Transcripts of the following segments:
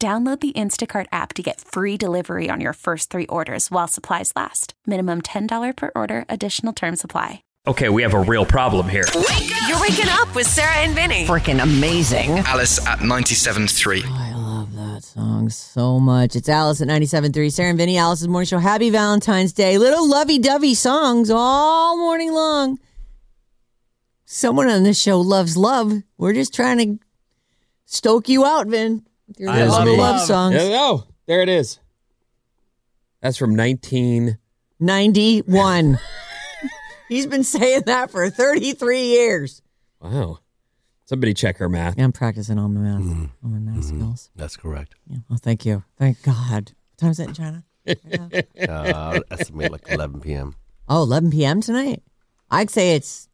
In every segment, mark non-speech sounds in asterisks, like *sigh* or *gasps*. Download the Instacart app to get free delivery on your first three orders while supplies last. Minimum $10 per order, additional term supply. Okay, we have a real problem here. You're waking up with Sarah and Vinny. freaking amazing. Alice at 97.3. I love that song so much. It's Alice at 97.3, Sarah and Vinny, Alice's Morning Show. Happy Valentine's Day. Little lovey-dovey songs all morning long. Someone on this show loves love. We're just trying to stoke you out, Vin. with your I love love, love love. songs. There we go. There it is. That's from 19. *laughs* 91. He's been saying that for 33 years. Wow. Somebody check her math. Yeah, I'm practicing all my math, all my math skills. Mm-hmm. That's correct. Yeah. Well, thank you. Thank God. What time is it in China? Uh, I estimate like 11 p.m. Oh, 11 p.m. tonight? I'd say it's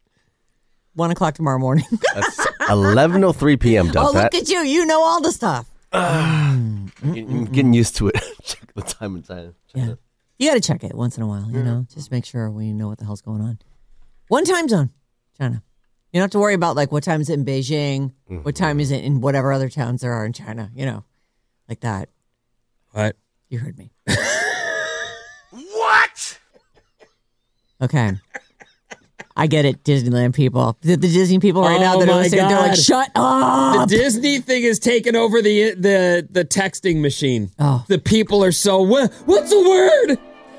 1 o'clock tomorrow morning. *laughs* That's 11:03 p.m. Does oh, that? look at you. You know all the stuff. I'm getting used to it. *laughs* Check the time and time. Yeah. You got to check it once in a while, you know, just make sure we know what the hell's going on. One time zone, China. You don't have to worry about like what time is it in Beijing, Mm-hmm. what time is it in whatever other towns there are in China, you know, like that. What? You heard me. what? Okay. I get it, Disneyland people. The, the Disney people right now Oh that are my listening, they're like, God. shut The up. Disney thing is taking over the the the texting machine. Oh. The people are so what, what's the word?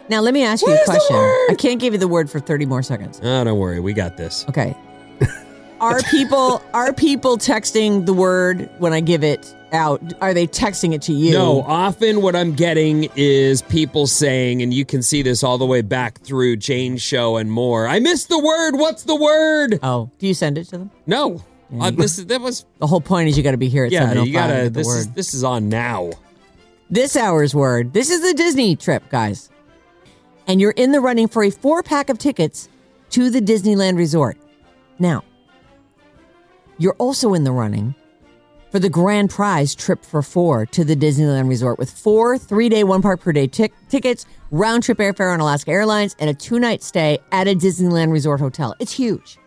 now, let me ask you What a is the question. word? I can't give you the word for 30 more seconds. Oh, don't worry. We got this. *laughs* Okay. Are people are people texting the word when I give it out? Are they texting it to you? No, often what I'm getting is people saying, and you can see this all the way back through Jane's show and more. I missed the word. What's the word? Oh, do you send it to them? No, Yeah, Uh, you- this is- that was The whole point is you got to be here at yeah. seven You gotta. the This word. is this is on now. this hour's word. This is the Disney trip, guys. And you're in the running for a four pack of tickets to the Disneyland Resort. Now, you're also in the running for the grand prize trip for four to the Disneyland Resort with four three day, one park per day tic- tickets, round trip airfare on Alaska Airlines, and a two night stay at a Disneyland Resort hotel. It's huge.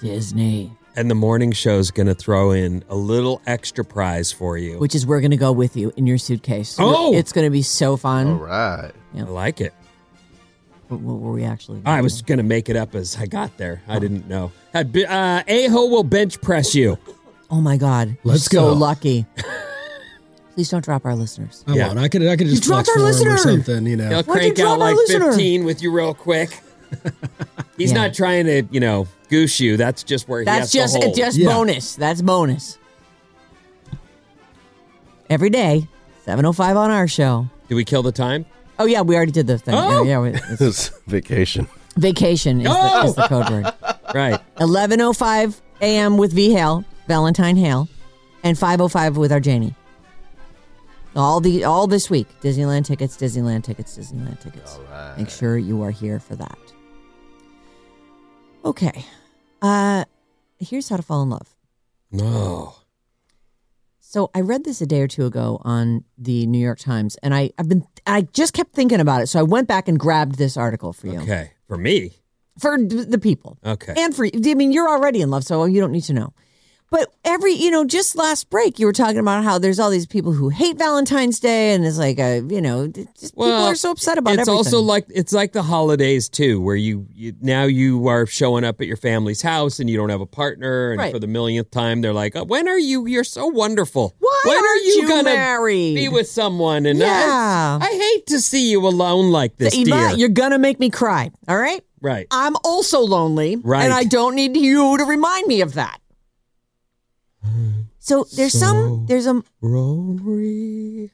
Disney. And the morning show's going to throw in a little extra prize for you. Which is we're going to go with you in your suitcase. Oh! It's going to be so fun. All right. I like it. What, what were we actually? I was going to make it up as I got there. I didn't know. Had be- uh, Aho will bench press you. Oh my God! Let's You're so go. *laughs* lucky. Please don't drop our listeners. Come Yeah. on, I could I could just dropped flex our for him or listener. something, you know. He'll Why'd you crank drop out our like listener? 15 with you real *laughs* quick. He's Yeah. not trying to, you know, goose you. That's just where That's he has just to hold. just Yeah. bonus. That's bonus. Every day, seven oh five on our show. Did we kill the time? Oh yeah, we already did the thing. Oh. Yeah, yeah, *laughs* it's- This is vacation. vacation is, Oh. the, is the code word. *laughs* Right. Eleven oh five a.m. with V Hale, Valentine Hale, and five oh five with our Janie. All the all this week, Disneyland tickets, Disneyland tickets, Disneyland tickets. Make sure you are here for that. Okay, uh, here's how to fall in love. No. So I read this a day or two ago on the New York Times, and I, I've been I just kept thinking about it. So I went back and grabbed this article for you Okay. For me. for d- the people Okay. and for I mean you're already in love, so you don't need to know. But every, you know, just last break, you were talking about how there's all these people who hate Valentine's Day, and it's like a, you know, it's just people are so upset about it's everything. also like it's like the holidays too, where you, you now you are showing up at your family's house and you don't have a partner, and Right. for the millionth time they're like, oh, "When are you? You're so wonderful. Why when are aren't you, you gonna married?" be with someone?" And I- Yeah. I, hate to see you alone like this, Yvette, dear. you're gonna make me cry. All right, Right? I'm also lonely, Right. and I don't need you to remind me of that. So there's some, So- there's a, Rory,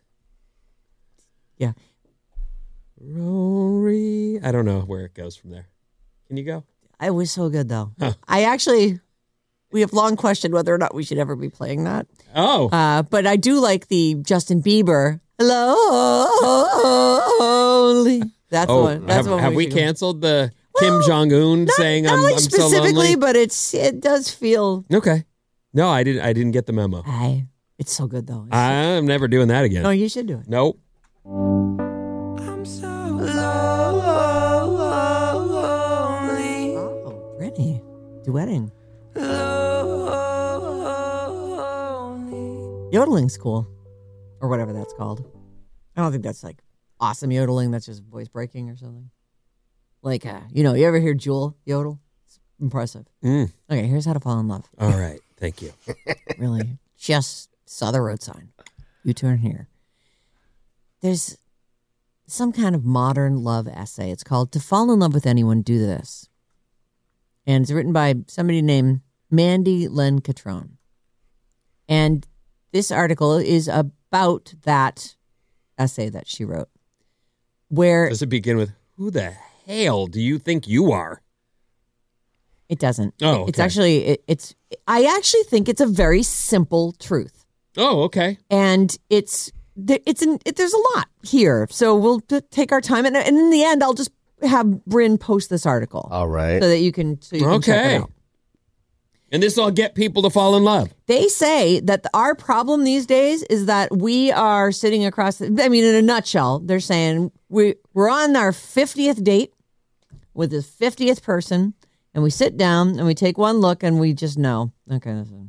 yeah. Rory. I don't know where it goes from there. Can you go? I was so good though. I actually, we have long questioned whether or not we should ever be playing that. Oh, Uh, but I do like the Justin Bieber. Lonely. That's oh. one. That's have one. have we should go. canceled the Well, Kim Jong Un Not, saying not I'm, like I'm so specifically, lonely? but it's it does feel. Okay. No, I didn't. I didn't get the memo. I. It's so good though. It's- I'm never doing that no, again. you should do it. Nope. Oh, Brittany, duetting. Yodeling's cool, or whatever that's called. I don't think that's like awesome yodeling. That's just voice breaking or something. Like, uh, you know, you ever hear Jewel yodel? It's impressive. Mm. Okay, here's how to fall in love. All right. Thank you. really just saw the road sign you turn here there's some kind of modern love essay it's called to fall in love with anyone do this and it's written by somebody named mandy len catrone and this article is about that essay that she wrote where Does it begin with who the hell do you think you are? it doesn't Oh, it's okay. actually it, it's i actually think it's a very simple truth Oh, okay. and it's there- it's in, it, there's a lot here, so we'll t- take our time, and, and in the end, I'll just have Bryn post this article All right. so that you can so you can check it Okay. out. And this will get people to fall in love. They say that the, our problem these days is that we are sitting across. The, I mean, in a nutshell, they're saying we we're on our fiftieth date with the fiftieth person, and we sit down and we take one look and we just know, okay, this is-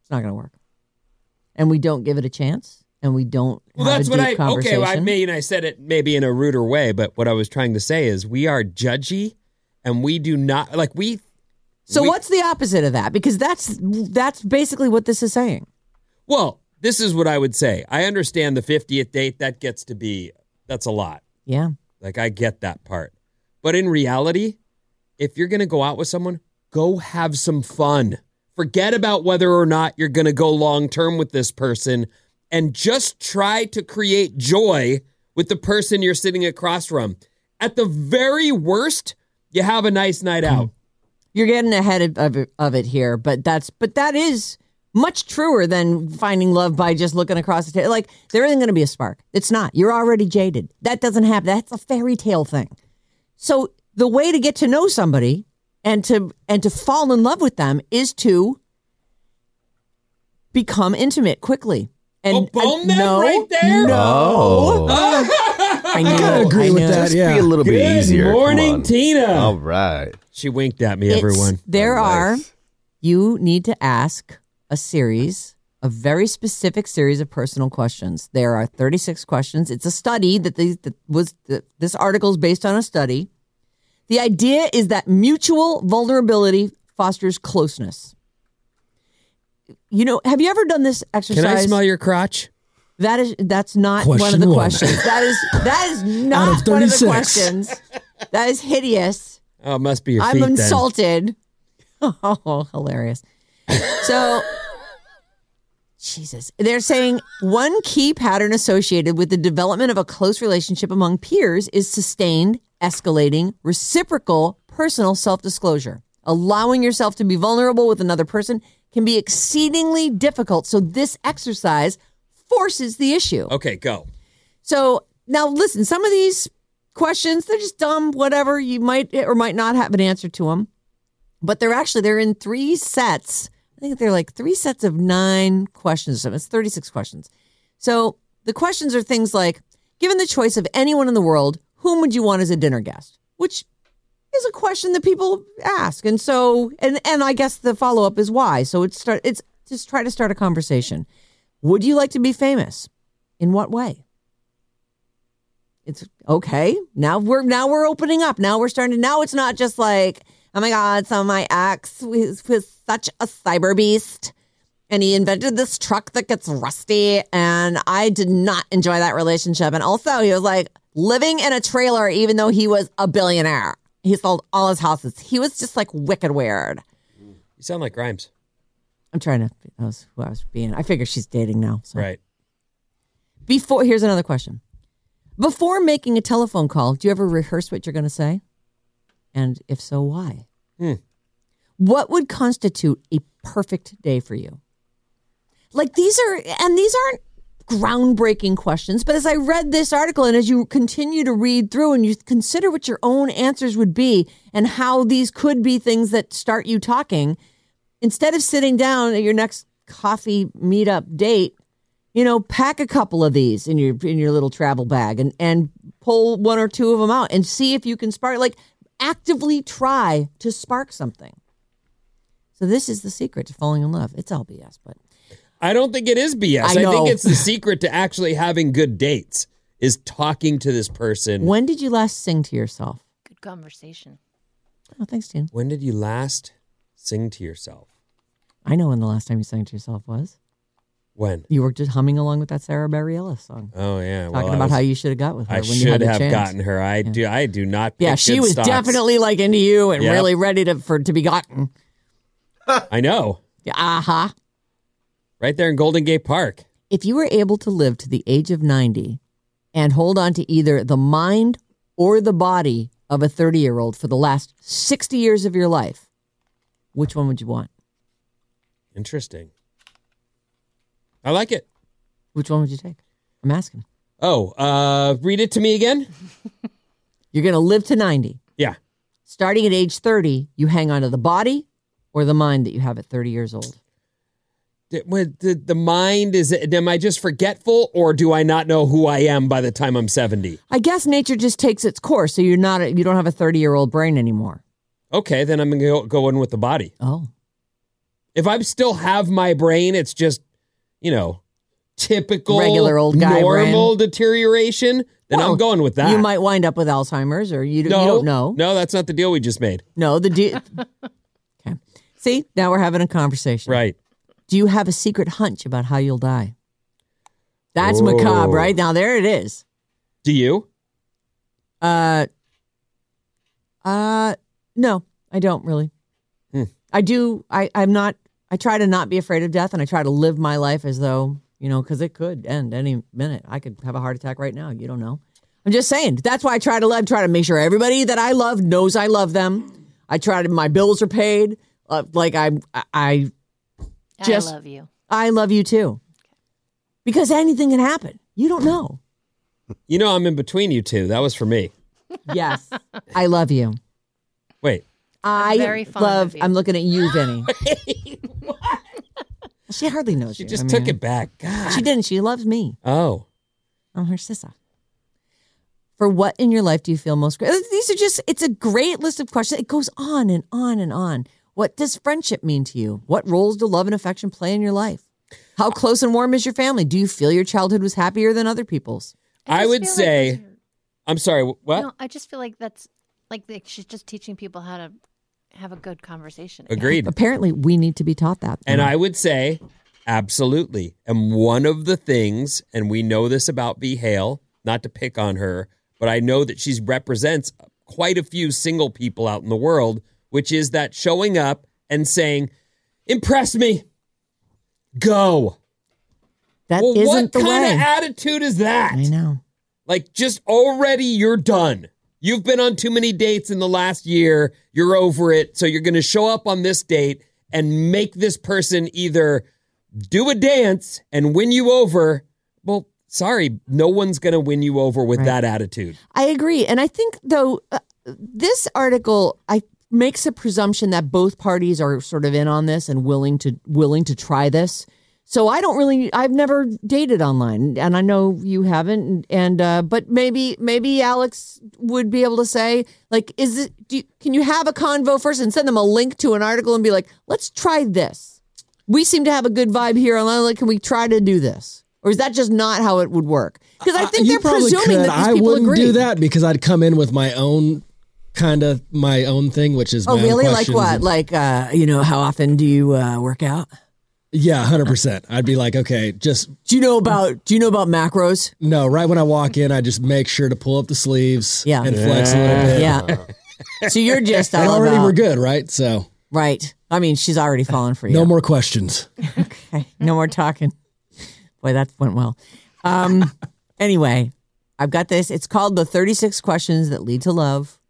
it's not going to work, and we don't give it a chance, and we don't. Well, have that's a what deep I. Okay. conversation. well, I mean, I said it maybe in a ruder way, but what I was trying to say is we are judgy, and we do not like we. So we- what's the opposite of that? Because that's that's basically what this is saying. Well, this is what I would say. I understand the fiftieth date. That gets to be that's a lot. Yeah. Like I get that part. But in reality, if you're going to go out with someone, go have some fun. Forget about whether or not you're going to go long term with this person and just try to create joy with the person you're sitting across from. At the very worst, you have a nice night Hmm. out. You're getting ahead of, of, it- of it here, but that's but that is much truer than finding love by just looking across the table. Like there isn't going to be a spark. It's not. You're already jaded. That doesn't happen. That's a fairy tale thing. So the way to get to know somebody and to and to fall in love with them is to become intimate quickly. And Oh, bone and them no, right there? No. Oh. I knew I it. I agree knew with it. that. Just be a little bit Good easier. Come morning, on. Tina. All right. She winked at me, It's- everyone. There are, Nice. you need to ask a series, a very specific series of personal questions. There are 36 questions. It's a study that, these that was, that this article is based on a study. The idea is that mutual vulnerability fosters closeness. You know, have you ever done this exercise? Can I smell your crotch? That is that's not one of Question the one. questions. That is that is not of one of the 36. questions. That is hideous. Oh, it must be your I'm feet. then. insulted. *laughs* Oh, hilarious. So, Jesus. They're saying one key pattern associated with the development of a close relationship among peers is sustained, escalating, reciprocal personal self disclosure. Allowing yourself to be vulnerable with another person can be exceedingly difficult. So, this exercise forces the issue. Okay, go. So now listen, some of these questions, they're just dumb, whatever. You might or might not have an answer to them. But they're actually they're in three sets. I think they're like three sets of nine questions. So It's 36 questions. So the questions are things like, given the choice of anyone in the world, whom would you want as a dinner guest? Which is a question that people ask, and so and and I guess the follow up is why. So it's start it's just try to start a conversation. Would you like to be famous? In what way? It's okay. Now we're now we're opening up. Now we're starting. To, now it's not just like oh my god, so my ex was, was such a cyber beast and he invented this truck that gets rusty and i did not enjoy that relationship and also he was like living in a trailer even though he was a billionaire he sold all his houses he was just like wicked weird You sound like Grimes. i'm trying to that was who i was being i figure she's dating now so. Right. before here's another question before making a telephone call do you ever rehearse what you're going to say and if so why Hmm. what would constitute a perfect day for you like these are and these aren't groundbreaking questions but as i read this article and as you continue to read through and you consider what your own answers would be and how these could be things that start you talking instead of sitting down at your next coffee meetup date you know, pack a couple of these in your in your little travel bag and and pull one or two of them out and see if you can spark like actively try to spark something. So this is the secret to falling in love. It's all BS, but I don't think it is BS. I I, know. think it's the secret to actually having good dates is talking to this person. When, when did you last sing to yourself? Good conversation. Oh, thanks, Dan. did you last sing to yourself? I know when the last time you sang to yourself was. When? You were just humming along with that Sarah Bareilles song, Oh yeah. talking well, I about was- how you should have got with her I when you had should the have chance. gotten her. I do. I do not. yeah, pick she good was stocks. definitely like into you and Yep. really ready to for to be gotten. I know. Yeah, uh-huh. Right there in Golden Gate Park. If you were able to live to the age of 90 and hold on to either the mind or the body of a 30 year old for the last 60 years of your life, which one would you want? Interesting. I like it. Which one would you take? I'm asking. Oh, uh, read it to me again. You're going to live to 90. Yeah. Starting at age 30, you hang on to the body or the mind that you have at 30 years old. D- what- The, the mind is. it- Am I just forgetful, or do I not know who I am by the time I'm seventy? I guess nature just takes its course, so you're not you don't have a 30 year old brain anymore. Okay, then I'm gonna go, go in with the body. Oh, If I still have my brain, it's just you know typical Regular old guy normal deterioration. Then Well, I'm going with that. you might wind up with Alzheimer's, or you, d- you don't know. No, that's not the deal we just made. No, the de- *laughs* Okay. See, now we're having a conversation. Right. Do you have a secret hunch about how you'll die? That's Ooh. macabre, right? Now there it is. Do you? Uh uh no, I don't really. Hmm. I do I I'm not I try to not be afraid of death and I try to live my life as though, you know, cuz it could end any minute. I could have a heart attack right now, you don't know. I'm just saying. That's why I try to love, try to make sure everybody that I love knows I love them. I try to my bills are paid. Uh, like I I Just- I love you. I love you too. Because anything can happen. You don't *laughs* know. You know I'm in between you two. That was for me. Yes. I love you. Wait. I very fond love. of you. I'm looking at *laughs* you, Vinny. She hardly knows She you. just I took mean, it back. God. She didn't. She loves me. Oh. I'm her sister. For what in your life do you feel most grateful? These are just. It's a great list of questions. It goes on and on and on. What does friendship mean to you? What roles do love and affection play in your life? How close and warm is your family? Do you feel your childhood was happier than other people's? I just would feel like say- those are- I'm sorry. wh- What? No, I just feel like that's like they- she's just teaching people how to have a good conversation. Agreed. Apparently, we need to be taught that. And I would say absolutely. And one of the things, and we know this about V Hale, not to pick on her, but I know that she represents quite a few single people out in the world, which is that showing up and saying, impress me. Go. that well, not what the kind way. of attitude is that? I know. Like, just already you're done. You've been on too many dates in the last year. You're over it. So you're going to show up on this date and make this person either do a dance and win you over. Well, sorry, no one's going to win you over with that attitude. I agree, and I think though uh, this article I makes a presumption that both parties are sort of in on this and willing to willing to try this. So I don't really. I've never dated online, and I know you haven't. And, and uh, but maybe maybe Alex would be able to say like, is it? Do you, can you have a convo first and send them a link to an article and be like, let's try this. We seem to have a good vibe here online. Like, can we try to do this? Or is that just not how it would work? Because I Uh, think you they're probably presuming could. that these I people wouldn't agree. do that because I'd come in with my own kind of my own thing, which is Oh, my own really? Like questions. what? Like, uh, you know, how often do you uh, work out? yeah, hundred percent. I'd be like, okay, just Do you know about Do you know about macros? no. Right when I walk in, I just make sure to pull up the sleeves, Yeah. and flex a little bit. Yeah. *laughs* so you're just and all already about, we're good, right? So right. I mean, she's already fallen for you. no more questions. Okay, no more talking. Boy, that went well. Um, *laughs* anyway, I've got this. It's called the 36 Questions That Lead to Love.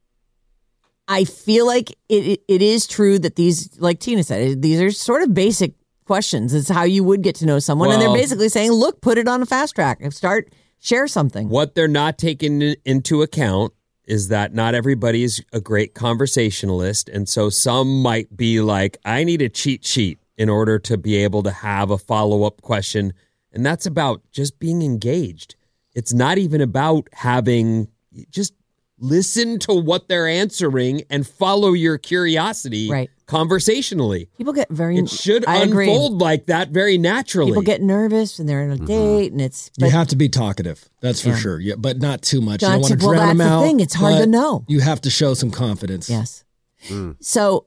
I feel like it, it, it is true that these, like Tina said, it- these are sort of basic questions. It's how you would get to know someone. and Well- they're basically saying, look, put it on a fast track and start, share something. What they're not taking in- into account is that not everybody is a great conversationalist. And so some might be like, I need a cheat sheet in order to be able to have a follow up question. And that's about just being engaged. It's not even about having just listen to what they're answering and follow your curiosity Right. conversationally. People get very, It should I agree. unfold Mm-hmm. like that very naturally. People get nervous and they're on a date and it's, you but- have to be talkative. That's for Yeah. sure. Yeah, but not too much. Not you don't want too- to well, drown that's them the out. thing. It's hard to but know. You have to show some confidence. Yes. So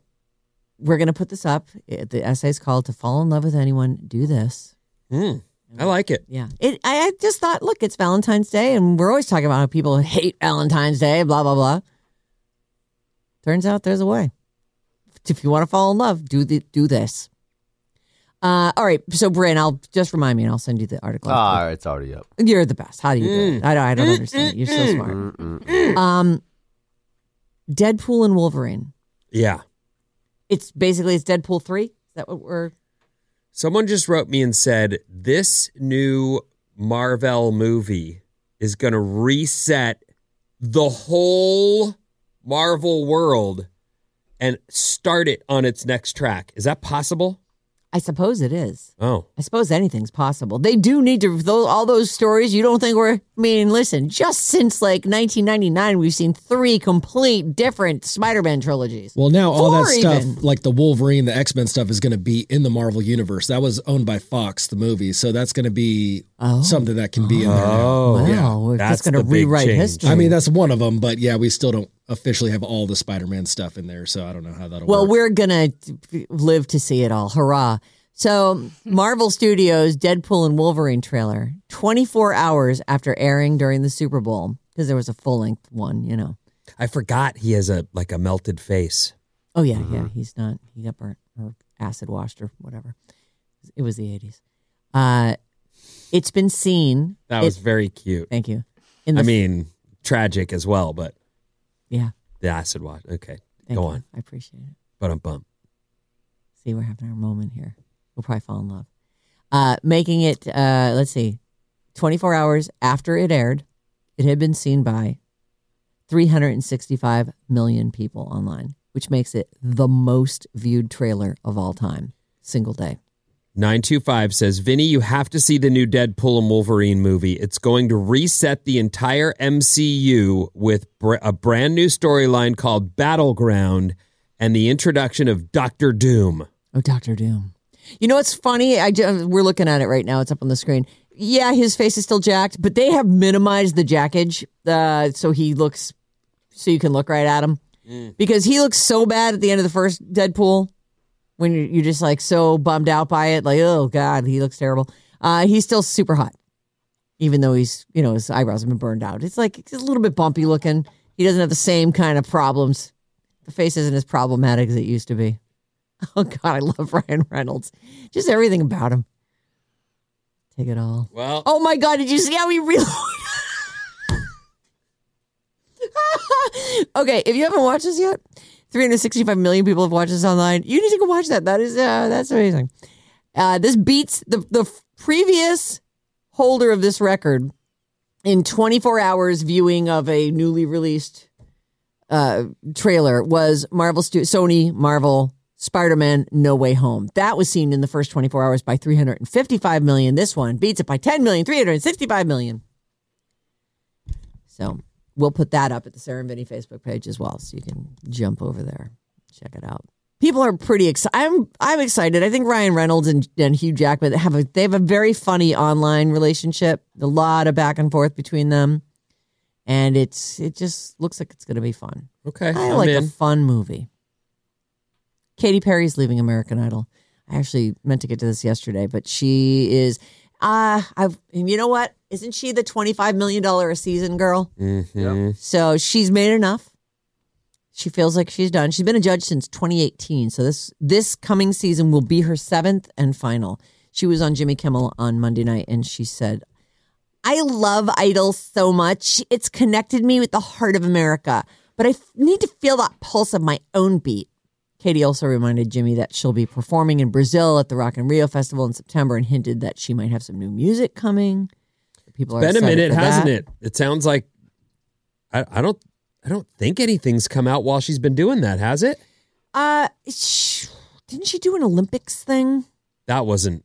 we're going to put this up. It- The essay is called To Fall in Love with Anyone, Do This. Mm, I like it. Yeah. It, I I just thought, look, it's Valentine's Day, and we're always talking about how people hate Valentine's Day, blah, blah, blah. Turns out there's a way. If you want to fall in love, do the, do this. Uh, all right. So, Brian, I'll just remind me and I'll send you the article. Ah, it's already up. You're the best. How do you do it? I don't, I don't understand. You're so smart. Um, Deadpool and Wolverine. Yeah. It's basically it's Deadpool three. Is that what we're? Someone just wrote me and said this new Marvel movie is going to reset the whole Marvel world and start it on its next track. Is that possible? I suppose it is. Oh, I suppose anything's possible. They do need to those, all those stories. You don't think we're? I mean, listen. Just since like 1999, we've seen three complete different Spider-Man trilogies. Well, now all Four that stuff, even. like the Wolverine, the X Men stuff, is going to be in the Marvel universe. That was owned by Fox, the movie, so that's going to be Oh. something that can be in there. now. Oh, wow, yeah. we're That's just going to the big rewrite change. history. I mean, that's one of them, but yeah, we still don't officially have all the Spider Man stuff in there, so I don't know how that'll Well, work. we're going to live to see it all. Hurrah. So, Marvel Studios Deadpool and Wolverine trailer, 24 hours after airing during the Super Bowl, because there was a full length one, you know. I forgot he has a like a melted face. Oh, yeah, Mm-hmm. yeah. He's not, he got burnt or acid washed or whatever. It was the 80s. Uh, it's been seen. That was It- very cute. thank you. In I mean, tragic as well, but yeah. the acid wash. Okay, Thank go you. on. I appreciate it. But I'm bummed. See, we're having our moment here. We'll probably fall in love. Uh, making it, uh, let's see, 24 hours after it aired, it had been seen by 365 million people online, which makes it the most viewed trailer of all time, single day. 925 says, Vinny, you have to see the new Deadpool and Wolverine movie. It's going to reset the entire MCU with br- a brand new storyline called Battleground and the introduction of Doctor Doom. Oh, Doctor Doom. You know what's funny? I ju- we're looking at it right now. It's up on the screen. Yeah, his face is still jacked, but they have minimized the jackage, uh, so he looks so you can look right at him because he looks so bad at the end of the first Deadpool when you're, you're just like so bummed out by it, like oh god, he looks terrible. Uh, he's still super hot, even though he's you know his eyebrows have been burned out. It's like it's a little bit bumpy looking. He doesn't have the same kind of problems. The face isn't as problematic as it used to be. *laughs* Oh God, I love Ryan Reynolds. Just everything about him. Take it all. Well, Oh my God, did you see how he reloaded? *laughs* okay, if you haven't watched this yet, 365 million people have watched this online. You need to go watch that. That is uh, that's amazing. Uh, this beats the the previous holder of this record in 24 hours viewing of a newly released uh, trailer was Marvel Stu- Sony Marvel Spider Man No Way Home. That was seen in the first 24 hours by 355 million. This one beats it by 10 million, 365 million. So we'll put that up at the Sarah and Vinny Facebook page as well. So you can jump over there, check it out. People are pretty excited. I'm I'm excited. I think Ryan Reynolds and, and Hugh Jackman have a they have a very funny online relationship. A lot of back and forth between them, and it's it just looks like it's going to be fun. Okay, I I'm like a in. fun movie. Katy Perry's leaving American Idol. I actually meant to get to this yesterday, but she is. Uh, I've and you know what? Isn't she the twenty five million dollar a season girl? Mhm. So she's made enough. She feels like she's done. She's been a judge since 2018. So this this coming season will be her seventh and final. She was on Jimmy Kimmel on Monday night and she said, I love Idol so much. It's connected me with the heart of America, but I f- need to feel that pulse of my own beat. Katie also reminded Jimmy that she'll be performing in Brazil at the Rock and Rio Festival in September and hinted that she might have some new music coming. People are Been a excited minute, for that. hasn't it? It sounds like I, I don't I don't think anything's come out while she's been doing that, has it? Uh, sh- didn't she do an Olympics thing? That wasn't.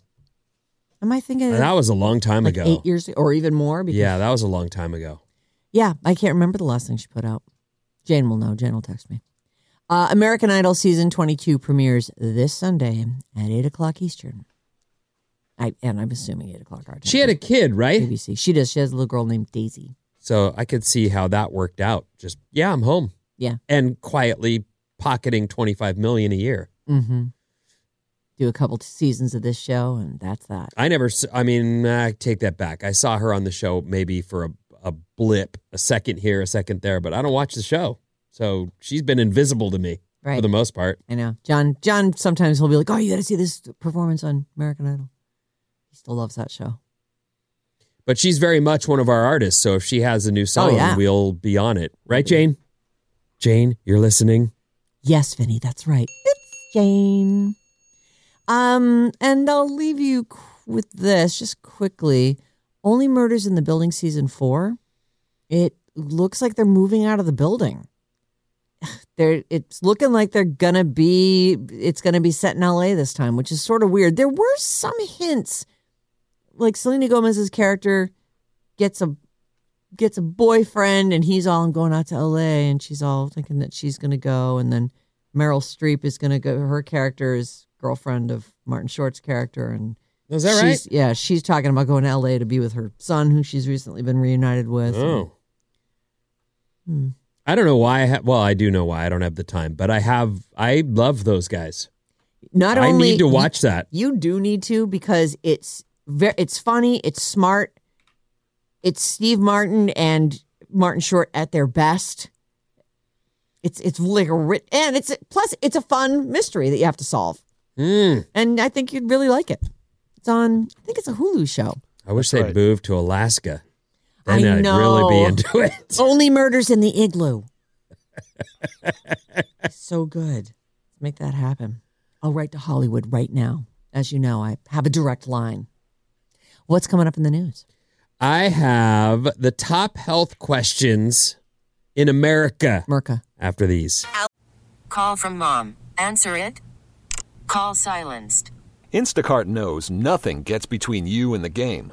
Am I thinking That was a long time Eh. like ago. eight years or even more? Because, yeah, that was a long time ago. yeah, I can't remember the last thing she put out. Jane will know. Jane will text me. Uh, American Idol season 22 premieres this Sunday at eight o'clock Eastern. I and I'm assuming eight o'clock our time. She had a kid, right? ABC. She does. She has a little girl named Daisy. So I could see how that worked out. Just yeah, I'm home Yeah. and quietly pocketing 25 million a year. Mm-hmm. Do a couple seasons of this show, and that's that. I never. s- I mean, I take that back. I saw her on the show maybe for a, a blip, a second here, a second there, but I don't watch the show, so she's been invisible to me Right. for the most part. I know. John John sometimes he'll be like, Oh, you gotta see this performance on American Idol. He still loves that show. But she's very much one of our artists, so if she has a new song, Oh, yeah. we'll be on it, right, Jane? Jane, you're listening. Yes, Vinny, that's right. It's Jane. Um, and I'll leave you qu- with this just quickly. Only Murders in the Building season four. It looks like they're moving out of the building. *sighs* They're it's looking like they're gonna be it's gonna be set in LA this time, which is sort of weird. There were some hints, like Selena Gomez's character gets a gets a boyfriend and he's all I'm going out to LA and she's all thinking that she's going to go and then Meryl Streep is going to go her character is girlfriend of Martin Short's character and Is that she's, yeah she's talking about going to LA to be with her son who she's recently been reunited with right? Oh, Hmm. I don't know why. I ha- well, I do know why I don't have the time, but I have. I love those guys. not I only need to watch that. you do need to because it's very it's funny it's smart it's Steve Martin and Martin Short at their best it's it's like a writ- and it's plus it's a fun mystery that you have to solve Mm. and I think you'd really like it. It's on. I think it's a Hulu show. I wish That's they'd right. moved to Alaska. Then I I'd really know. Oh. be into *laughs* it. Only murders in the igloo. so good. Make that happen. I'll write to Hollywood right now. As you know, I have a direct line. What's coming up in the news? I have the top health questions in America Merca. after these. Call from mom. Answer it. Call silenced. Instacart knows nothing gets between you and the game.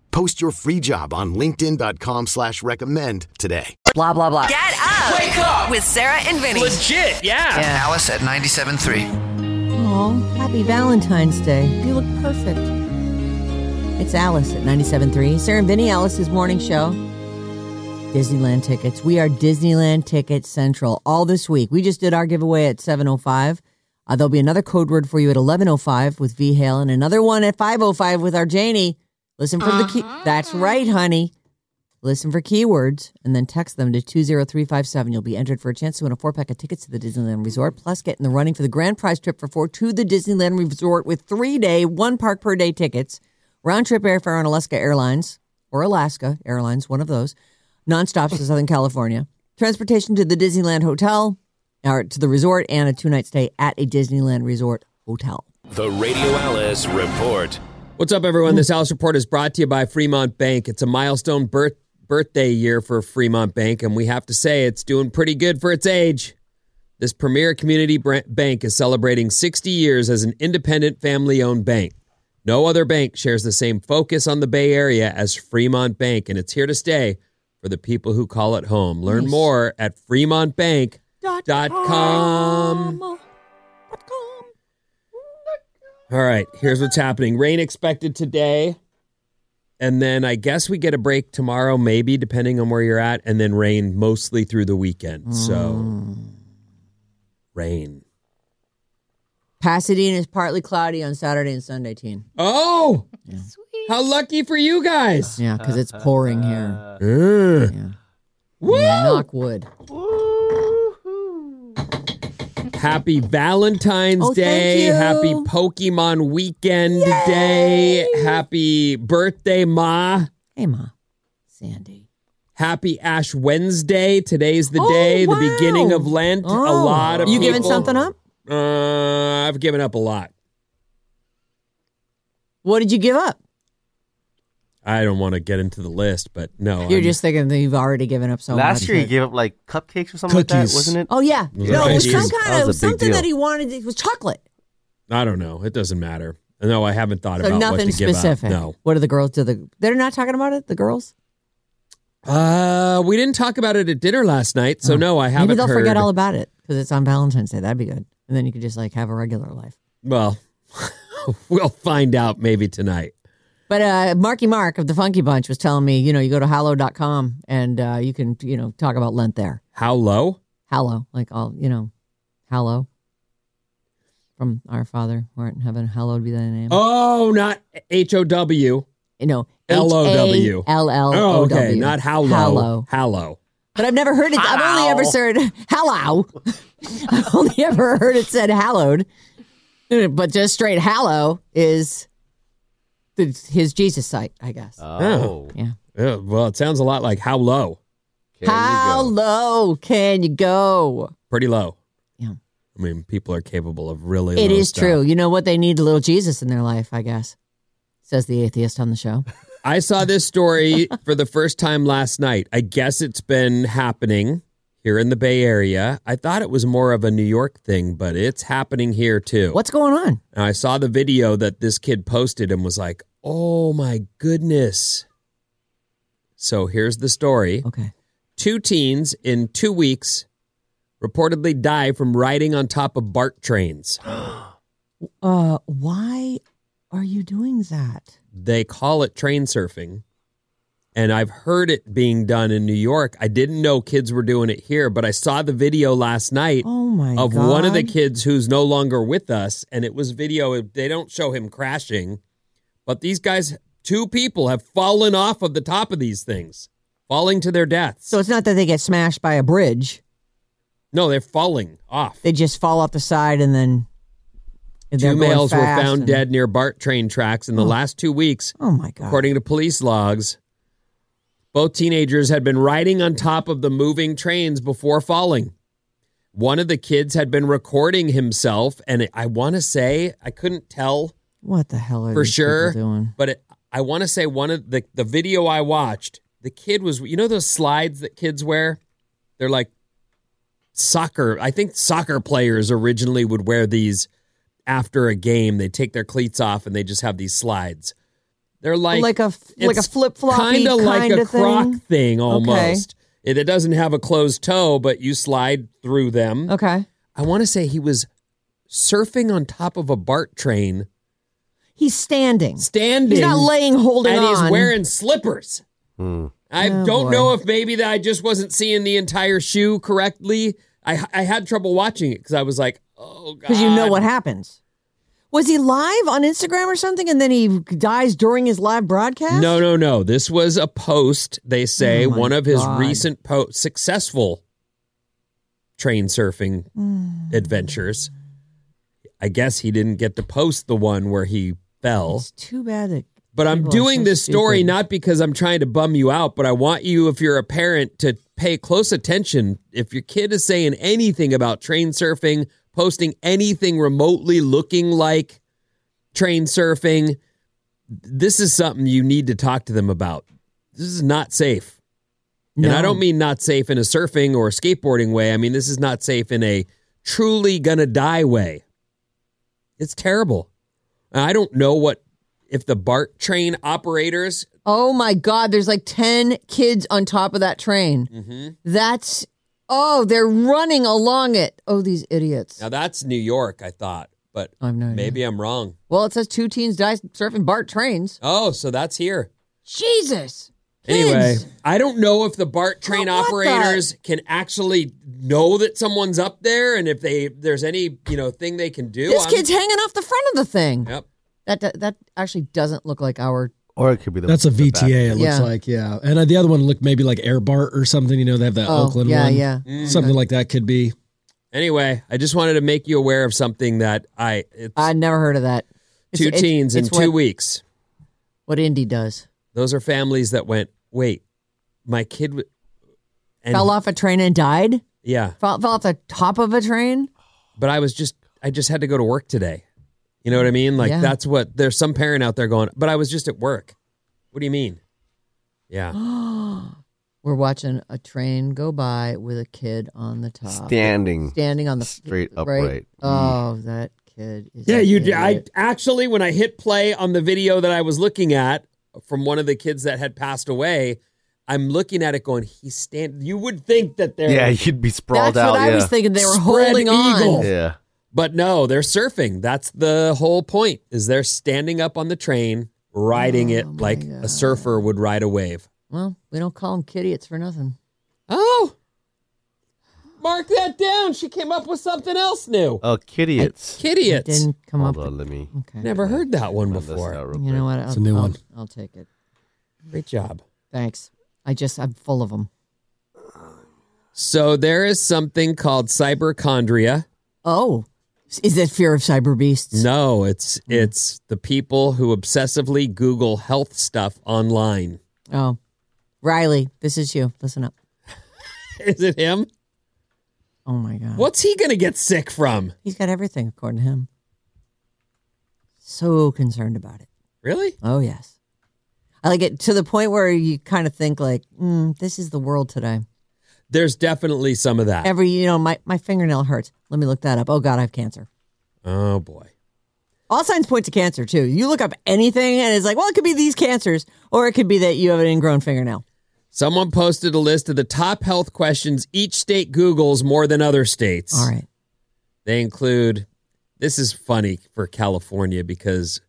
Post your free job on linkedin.com/recommend slash recommend today. Blah blah blah. Get up! Wake up! With Sarah and Vinny. Legit, yeah. Alice at 97.3. Oh, happy Valentine's Day. You look perfect. It's Alice at 97.3. Sarah and Vinny, Alice's morning show. Disneyland tickets. We are Disneyland Ticket Central all this week. We just did our giveaway at 7.05. Uh, there'll be another code word for you at 11.05 with V Hale and another one at 5.05 with our Janie. Listen for the key. That's right, honey. Listen for keywords and then text them to 20357. You'll be entered for a chance to win a four pack of tickets to the Disneyland Resort, plus get in the running for the grand prize trip for four to the Disneyland Resort with three day, one park per day tickets, round trip airfare on Alaska Airlines or Alaska Airlines, one of those, nonstops to Southern California, transportation to the Disneyland Hotel or to the resort, and a two night stay at a Disneyland Resort hotel. The Radio Alice Report. What's up, everyone? This Alice Report is brought to you by Fremont Bank. It's a milestone birth- birthday year for Fremont Bank, and we have to say it's doing pretty good for its age. This premier community br- bank is celebrating 60 years as an independent family owned bank. No other bank shares the same focus on the Bay Area as Fremont Bank, and it's here to stay for the people who call it home. Learn Nice. more at fremontbank.com. All right, here's what's happening. Rain expected today. And then I guess we get a break tomorrow, maybe, depending on where you're at. And then rain mostly through the weekend. So, rain. Pasadena is partly cloudy on Saturday and Sunday, teen. Oh! How lucky for you guys. Yeah, because it's *laughs* pouring here. Woo! Knock wood. Happy Valentine's Oh, thank Day. you. Happy Pokemon weekend day. Happy birthday, Ma. Hey, Ma. Sandy. Happy Ash Wednesday. Today's the Oh, day, the wow. beginning of Lent. a Oh. lot of You giving people- something up? Uh, I've given up a lot. What did you give up? I don't want to get into the list, but no. You're I'm- just thinking that you've already given up so much. Last year, you gave up like cupcakes or something like that, Cookies. wasn't it? Oh yeah, Was no, it it was some cookies? kind That of was a big something deal. that he wanted. It was chocolate, I don't know. It doesn't matter. No, I haven't thought so about nothing what to specific. give up. What are the girls do? The they're not talking about it. The girls. No. Uh, we didn't talk about it at dinner last night, so no, I haven't Oh. Maybe they'll heard. forget all about it because it's on Valentine's Day. That'd be good, and then you could just like have a regular life. Well, *laughs* we'll find out maybe tonight. But uh, Marky Mark of the Funky Bunch was telling me, you know, you go to hollow.com and uh, you can, you know, talk about Lent there. How low? Hallow, like all, you know, hallow from our Father who art in heaven. Hallowed be thy name. Oh, not H O W. No, L O W. H-A-L-L-O-W. Oh, okay, not how low. Hallow. Hallow. But I've never heard it. I've only ever heard hallow. *laughs* I've only ever heard it said hallowed. But just straight hallow is the, his Jesus site, I guess. Oh. Yeah. Well, it sounds a lot like how low. How low can you go? Pretty low. Yeah. I mean, people are capable of really It low is stuff. true. You know what? They need a little Jesus in their life, I guess, says the atheist on the show. I saw this story for the first time last night. I guess it's been happening here in the Bay Area. I thought it was more of a New York thing, but it's happening here too. What's going on? And I saw the video that this kid posted and was like, oh my goodness. So here's the story. Okay. Two teens in two weeks reportedly die from riding on top of BART trains. Uh, why are you doing that? they call it train surfing. And I've heard it being done in New York. I didn't know kids were doing it here, but I saw the video last night Oh my of God. one of the kids who's no longer with us. And it was video. They don't show him crashing, but these guys, two people, have fallen off of the top of these things, falling to their deaths. So it's not that they get smashed by a bridge. No, they're falling off. They just fall off the side and then. and they're Two going males were fast found and- dead near BART train tracks in the last two weeks. Oh my God. According to police logs, both teenagers had been riding on top of the moving trains before falling. One of the kids had been recording himself, and I want to say I couldn't tell What the hell are for these people sure, doing? but it, I want to say one of the the video I watched the kid was you know those slides that kids wear they're like soccer i think soccer players originally would wear these after a game they take their cleats off and they just have these slides they're like Like a f- like a it's flip-floppy kinda like kinda a croc thing? thing almost it, it doesn't have a closed toe but you slide through them okay i want to say he was surfing on top of a bart train He's standing. Standing. He's not laying holding and on. he's wearing slippers Hmm. I Oh, don't boy. know if maybe that I just wasn't seeing the entire shoe correctly. I I had trouble watching it because I was like, oh god, because you know what happens. Was he live on Instagram or something, and then he dies during his live broadcast? No, no, no. This was a post. They say Oh, one my of his God. recent po- successful train surfing Mm. adventures. I guess he didn't get to post the one where he fell. Too bad that. But I'm people are doing so this story stupid. not because I'm trying to bum you out, but I want you, if you're a parent, to pay close attention. If your kid is saying anything about train surfing, posting anything remotely looking like train surfing, this is something you need to talk to them about. This is not safe. And I No. don't mean not safe in a surfing or skateboarding way. I mean, this is not safe in a truly gonna die way. It's terrible. I don't know what if the BART train operators. Oh my God! There's like ten kids on top of that train. Mm-hmm. That's oh, they're running along it. Oh, these idiots. Now that's New York, I thought, but Oh, maybe I'm wrong. Well, it says two teens die surfing BART trains. Oh, so that's here. Jesus. Anyway, I don't know if the BART train what the- operators can actually know that someone's up there, and if they there's any you know thing they can do. This I'm- kid's hanging off the front of the thing. Yep. That that, that actually doesn't look like our. Or it could be the That's a the back. VTA. It looks Yeah. like yeah, and uh, the other one looked maybe like Airbart or something. You know, they have that Oh, Oakland yeah, one. yeah. Mm-hmm. something like that could be. Anyway, I just wanted to make you aware of something that I it's I'd never heard of that. two It's- it's- teens it's in two what- weeks. What Indy does Those are families that went. Wait, my kid w- and- fell off a train and died. Yeah, Fell, fell off the top of a train. but I was just I just had to go to work today. You know what I mean? Like Yeah. that's what there's some parent out there going, but I was just at work. What do you mean? *gasps* Yeah. We're watching a train go by with a kid on the top, Standing. standing on the Straight right? upright. Oh, that kid is. Yeah, an you d- I idiot. actually when I hit play on the video that I was looking at from one of the kids that had passed away, I'm looking at it going, he's stand you would think that they're Yeah, you'd be sprawled That's out. what I was yeah. thinking. They were Spread holding on. eagle. Yeah. But no, they're surfing. That's the whole point. Is they're standing up on the train, riding Oh, it like a surfer would ride a wave. Well, we don't call them idiots for nothing. Oh. Mark that down. She came up with something else new. Oh, kidiots. Kidiots. Didn't come Hold up. on, let me. Never heard that one before. You know what? It's a new I'll- one. I'll take it. Great job. Thanks. I just I'm full of them. So there is something called cyberchondria. Oh, is that fear of cyber beasts? No, it's Hmm. it's the people who obsessively Google health stuff online. *laughs* Oh, Riley, this is you. Listen up. Is it him? Oh my god, What's he gonna get sick from? he's got everything according to him. So concerned about it. Really? Oh yes, I like it to the point where you kind of think like, mm, this is the world today. There's definitely some of that. Every you know, my my fingernail hurts. Let me look that up. Oh god, I have cancer. oh boy. All signs point to cancer too. You look up anything and it's like, well, it could be these cancers, or it could be that you have an ingrown fingernail. Someone posted a list of the top health questions each state Googles more than other states. All right. They include this is funny for California because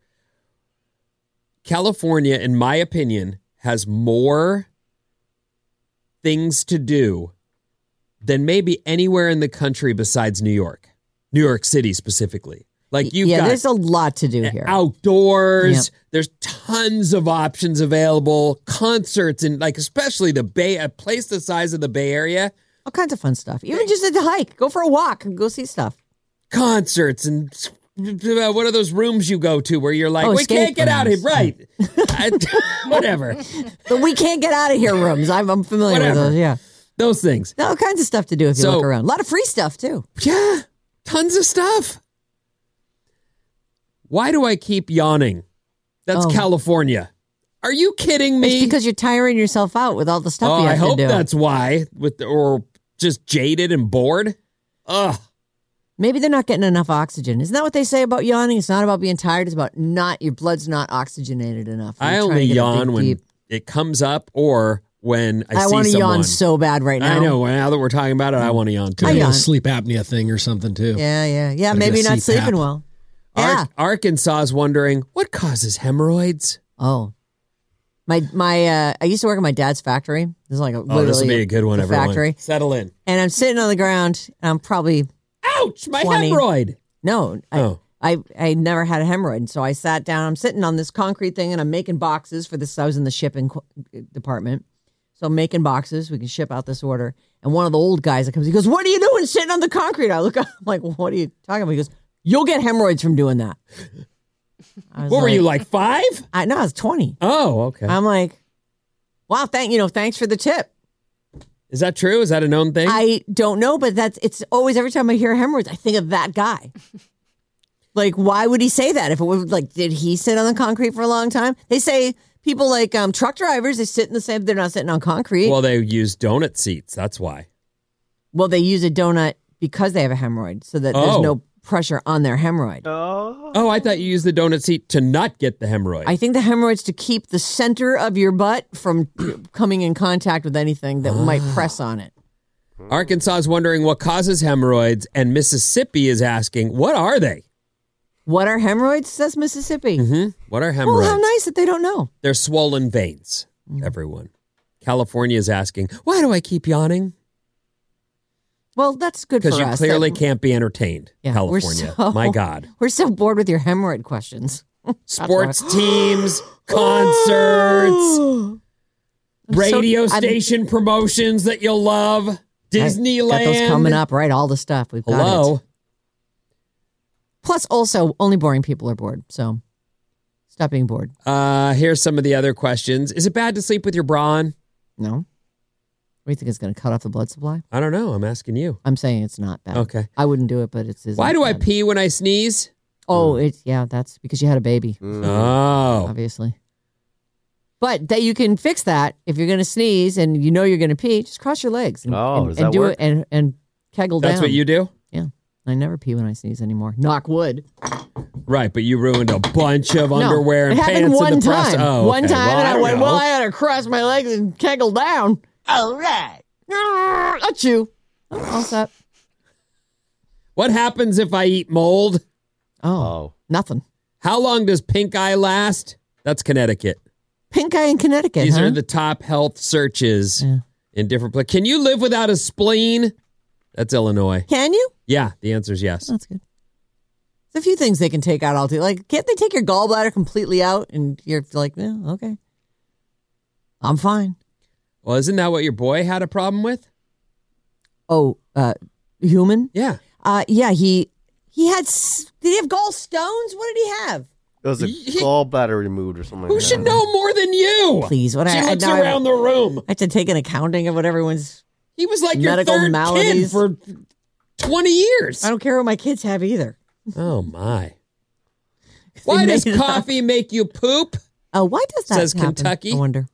California, in my opinion, has more things to do than maybe anywhere in the country besides New York, New York City specifically. Like you've yeah, got there's a lot to do here. outdoors. Yep. There's tons of options available. Concerts and like especially the Bay, a place the size of the Bay Area. All kinds of fun stuff. Even just a hike, go for a walk, go see stuff. Concerts and s- uh, what are those rooms you go to where you're like, Oh, we can't escape get out of here, rooms. right? *laughs* I- *laughs* whatever, But we can't get out of here rooms. I'm, I'm familiar Whatever. with those. Yeah. those things. All kinds of stuff to do if you So- look around. A lot of free stuff too. Yeah, tons of stuff. Why do I keep yawning? That's Oh. California. Are you kidding me? It's because you're tiring yourself out with all the stuff Oh, you have I hope to do. that's why. With the, or just jaded and bored. Ugh. Maybe they're not getting enough oxygen. Isn't that what they say about yawning? It's not about being tired. It's about not your blood's not oxygenated enough. I You're trying only to get a big yawn when deep- it comes up or when I, I see want to someone. yawn so bad right now. I know. Now that we're talking about it, I want to yawn too. I yawn. sleep apnea thing or something too. Yeah, yeah, yeah. Gotta maybe get you're a not CPAP. sleeping well. Ar- Arkansas is wondering what causes hemorrhoids. Oh, My my uh, I used to work at my dad's factory. This is like a, oh, this will literally be a good one. the Everyone, factory. settle in. And I'm sitting on the ground. And I'm probably ouch my hemorrhoid. No, I, Oh. I I never had a hemorrhoid. And so I sat down. I'm sitting on this concrete thing, and I'm making boxes for this. I was in the shipping qu- department, so I'm making boxes. We can ship out this order. And one of the old guys that comes, he goes, "What are you doing sitting on the concrete?" I look up, I'm like, "What are you talking about?" He goes, "You'll get hemorrhoids from doing that." I What was were you like five? I no, I was twenty. Oh, okay. I'm like, wow, thank you know, thanks for the tip. Is that true? Is that a known thing? I don't know, but that's it's always every time I hear hemorrhoids, I think of that *laughs* guy. like, why would he say that? If it was like, did he sit on the concrete for a long time? They say people like um, truck drivers they sit in the same. They're not sitting on concrete. well, Well, they use donut seats. That's why. they use a donut because they have a hemorrhoid, so that Oh. there's no pressure on their hemorrhoid. Oh, I thought you used the donut seat to not get the hemorrhoid. I think the hemorrhoids to keep the center of your butt from *clears throat* coming in contact with anything that might Ah. press on it. Arkansas is wondering what causes hemorrhoids, and Mississippi is asking, what are they? What are hemorrhoids? Says Mississippi. Mm-hmm. What are Oh, Well, hemorrhoids? how nice that they don't know. They're swollen veins, Mm. everyone. California is asking, why do I keep yawning? Well, that's good for us. Because you that- clearly can't be entertained, we're California. so- My God. We're so bored with your hemorrhoid questions. *laughs* That's Oh! why. Sports *gasps* teams, concerts, radio I'm- station promotions that you'll love, Disneyland. Got those coming up, right? All the stuff we've got. Hello. It. Plus, also, only boring people are bored. So stop being bored. Uh, here's some of the other questions. Is it bad to sleep with your bra on? No. What do you think it's going to cut off the blood supply? I don't know. I'm asking you. I'm saying it's not bad. Okay. I wouldn't do it, but it's. it's Why not do I bad. pee when I sneeze? Oh, it's yeah. That's because you had a baby, Oh. obviously. But that you can fix that if you're going to sneeze and you know you're going to pee, just cross your legs and, Oh, and- does and that do work? it and and keggle down. That's what you do? Yeah. I never pee when I sneeze anymore. Knock wood. Right, but you ruined a bunch of *laughs* No, underwear and it happened pants one in the press. time. Oh, One okay. time, Well, and I, don't went, know. "Well, I had to cross my legs and keggle down." All right, at you. All set. what happens if I eat mold? Oh, nothing. How long does pink eye last? That's Connecticut. Pink eye in Connecticut. These huh? are the top health searches in different places. Can you live without a spleen? That's Illinois. Can you? Yeah, the answer is yes. That's good. There's a few things they can take out. I'll do. Like, can't they take your gallbladder completely out? And you're like, "No, okay, I'm fine." Well, isn't that what your boy had a problem with? Oh, uh, human? Yeah. Uh, yeah. He he had. s- Did he have gallstones? What did he have? *laughs* It was a gallbladder removed or something. Who like should that. know more than you? Please, what she I- I- looks now I- around the room. I have to take an accounting of what everyone's He was like medical your third kid maladies for twenty years. I don't care what my kids have either. *laughs* Oh my! Why does made it up. coffee make you poop? Uh, why does that Says happen? Kentucky. I wonder.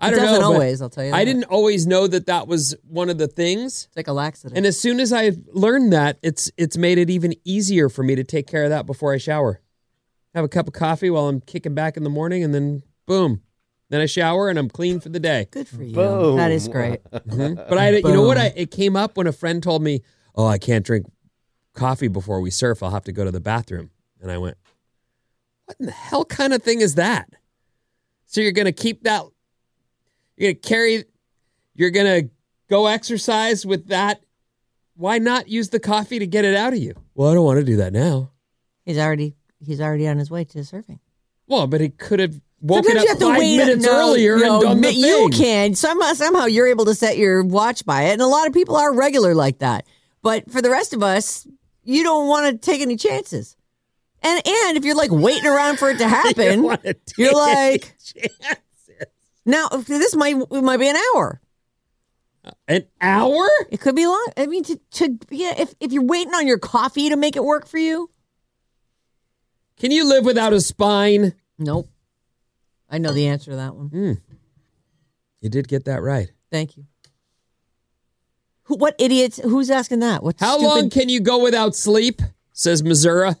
I It don't doesn't know. but always, I'll tell you I that. didn't always know that that was one of the things. It's like a laxative. And as soon as I learned that, it's it's made it even easier for me to take care of that before I shower. Have a cup of coffee while I'm kicking back in the morning, and then boom, then I shower and I'm clean for the day. Good for you. Boom. That is great. But I, you know what? I it came up when a friend told me, "Oh, I can't drink coffee before we surf. I'll have to go to the bathroom." And I went, "What in the hell kind of thing is that?" So you're gonna keep that? You're gonna carry? You're gonna go exercise with that? Why not use the coffee to get it out of you? Well, I don't want to do that now. He's already he's already on his way to surfing. Well, but he could have woken Sometimes up five minutes earlier and done the but thing. *laughs* you can somehow somehow you're able to set your watch by it, and a lot of people are regular like that. But for the rest of us, you don't want to take any chances. And and if you're like waiting around *laughs* for it to happen, wanna take you're any like now this might might be an hour. An hour? It could be long. I mean, to, to yeah, if if you're waiting on your coffee to make it work for you, Can you live without a spine? nope. I know the answer to that one. Mm, You did get that right. Thank you. Who, what idiots? Who's asking that? What? How stupid, long can you go without sleep? Says Missouri.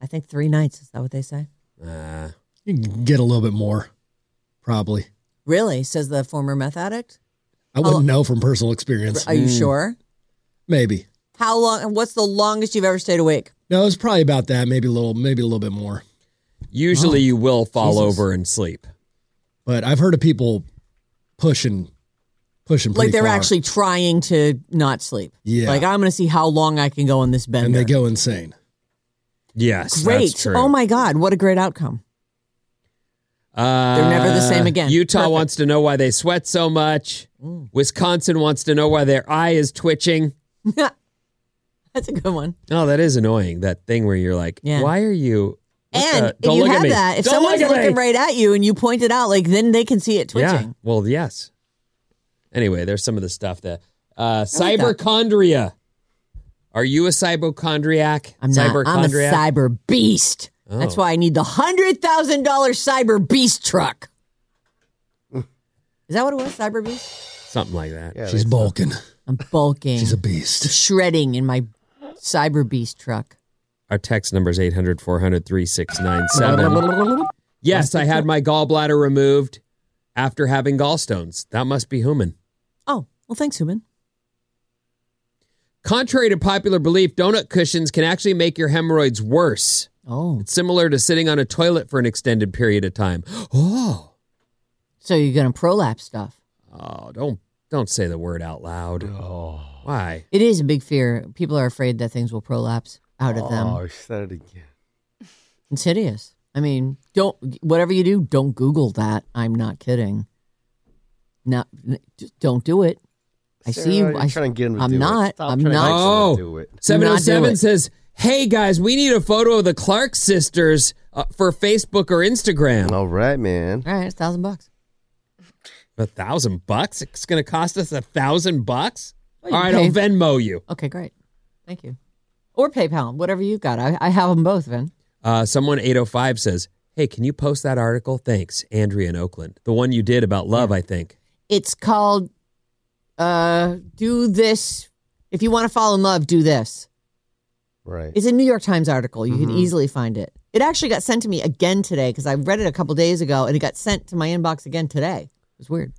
I think three nights. Is that what they say? Uh, You can get a little bit more, probably. Really? Says the former meth addict. I How- wouldn't know from personal experience. Are you sure? Maybe. How long? And what's the longest you've ever stayed awake? No, it's probably about that. Maybe a little. Maybe a little bit more. Usually you will fall Jesus. over and sleep. But I've heard of people pushing, pushing. Like pretty they're far. actually trying to not sleep. Yeah. Like I'm going to see how long I can go on this bender. and they go insane. Yes. Great. Oh my God! What a great outcome. *laughs* Uh, They're never the same again. Utah Perfect. wants to know why they sweat so much. Wisconsin wants to know why their eye is twitching. That's a good one. Oh, that is annoying. That thing where you're like, Yeah. why are you? what And the- if don't you look at have me. that, if Don't someone's look at looking me. right at you and you point it out, like then they can see it twitching. Yeah. Well, yes. Anyway, there's some of the stuff that uh, like that. cyberchondria. Are you a cyberchondriac? I'm not. I'm a cyber beast. That's Oh. why I need the hundred thousand dollar cyber beast truck. Is that what it was? Cyber beast? Something like that. She's bulking. I'm bulking. She's a beast. Shredding in my cyber beast truck. Our text number is 800 400 3697. Yes, I had my gallbladder removed after having gallstones. That must be human. Oh, well thanks, Human. Contrary to popular belief, donut cushions can actually make your hemorrhoids worse. Oh. It's similar to sitting on a toilet for an extended period of time. *gasps* Oh. So you're gonna prolapse stuff. Oh, don't don't say the word out loud. Oh. Why? It is a big fear. People are afraid that things will prolapse out of them. Oh, I said it again. It's hideous. I mean, don't whatever you do, don't Google that. I'm not kidding. Not, just don't do it. I see you. Sarah, I, you're trying to get him to I'm do it. not. Stop I'm trying to not. Oh. Oh, Do it. 707 Not do it. says, "Hey guys, we need a photo of the Clark sisters uh, for Facebook or Instagram." All right, man. All right, it's a thousand bucks. A thousand bucks? It's going to cost us a thousand bucks? Well, you All right, pay- I'll Venmo you. Okay, great. Thank you. Or PayPal, whatever you got. I, I have them both, Vin. Uh, someone 805 says, Hey, can you post that article? Thanks, Andrea in Oakland. The one you did about love, I think. It's called uh, "Do This." If you want to fall in love, do this. Right. It's a New York Times article. You can Mhm. easily find it. It actually got sent to me again today because I read it a couple days ago, and it got sent to my inbox again today. It was weird.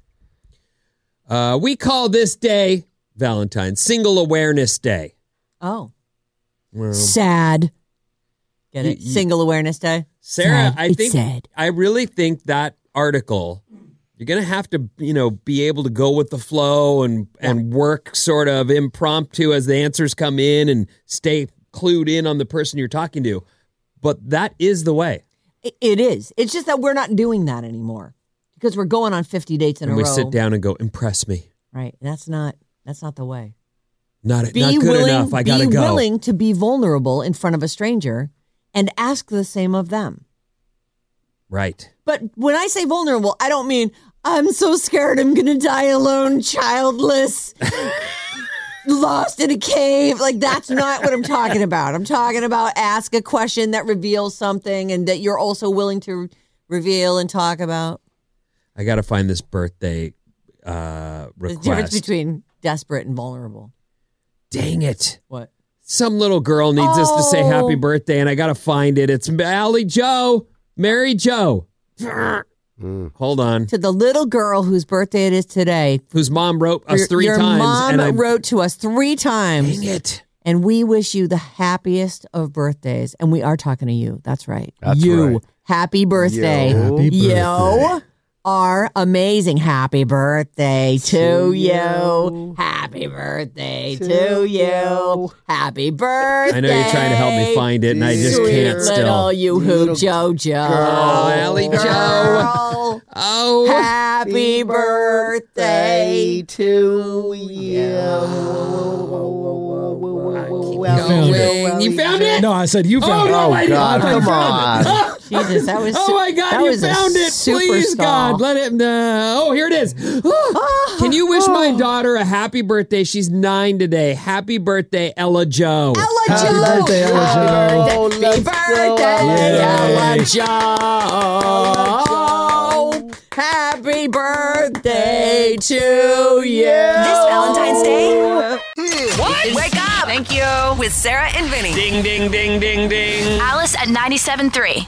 Uh, we call this day Valentine's Single Awareness Day. Oh, Well, sad. Get You- it? you- Single Awareness Day. Sarah, Sad. I It's think sad. I really think that article you're going to have to, you know, be able to go with the flow and and work sort of impromptu as the answers come in and stay clued in on the person you're talking to. But that is the way. It- it is. It's just that we're not doing that anymore because we're going on fifty dates in and a we row. sit down and go, "Impress me." Right. That's not. That's not the way. Not not good enough. I gotta be go. willing to be vulnerable in front of a stranger and ask the same of them. Right. But when I say vulnerable, I don't mean I'm so scared I'm going to die alone, childless, *laughs* lost in a cave. Like that's not what I'm talking about. I'm talking about ask a question that reveals something and that you're also willing to reveal and talk about. I gotta find this birthday uh, The difference request. between desperate and vulnerable. Dang it! What? Some little girl needs us to say happy Oh. birthday, and I gotta find it. It's Allie Joe, Mary Joe. Hold on. To the little girl whose birthday it is today, Whose mom wrote us your, three your times? mom and I, wrote to us three times. Dang it! And we wish you the happiest of birthdays. And we are talking to you. That's right. That's you. right. Happy birthday. Yo. Happy You are amazing. Happy birthday to To you. Happy birthday to you. Happy birthday. I know you're trying to help me find it, and I just Sweet can't little still. you hoop Jojo. Oh, Allie Joe. Girl. Oh. Happy birthday to you. Going. You found it? Oh, No, I said you Oh, found. no, I- it. God, I come found it. on. Jesus, that was *laughs* oh my God! that you was a found it! super Please, stall. God, let it. Uh, oh, here it is. *gasps* Can you wish Oh. my daughter a happy birthday? She's nine today. Happy birthday, Ella Joe. Ella Happy Joe. birthday, Ella Happy birthday, Ella Ella Joe. Happy birthday to you. This Valentine's Day? What? Wake up! Thank you. With Sarah and Vinny. Ding, ding, ding, ding, ding. Alice at 97.3.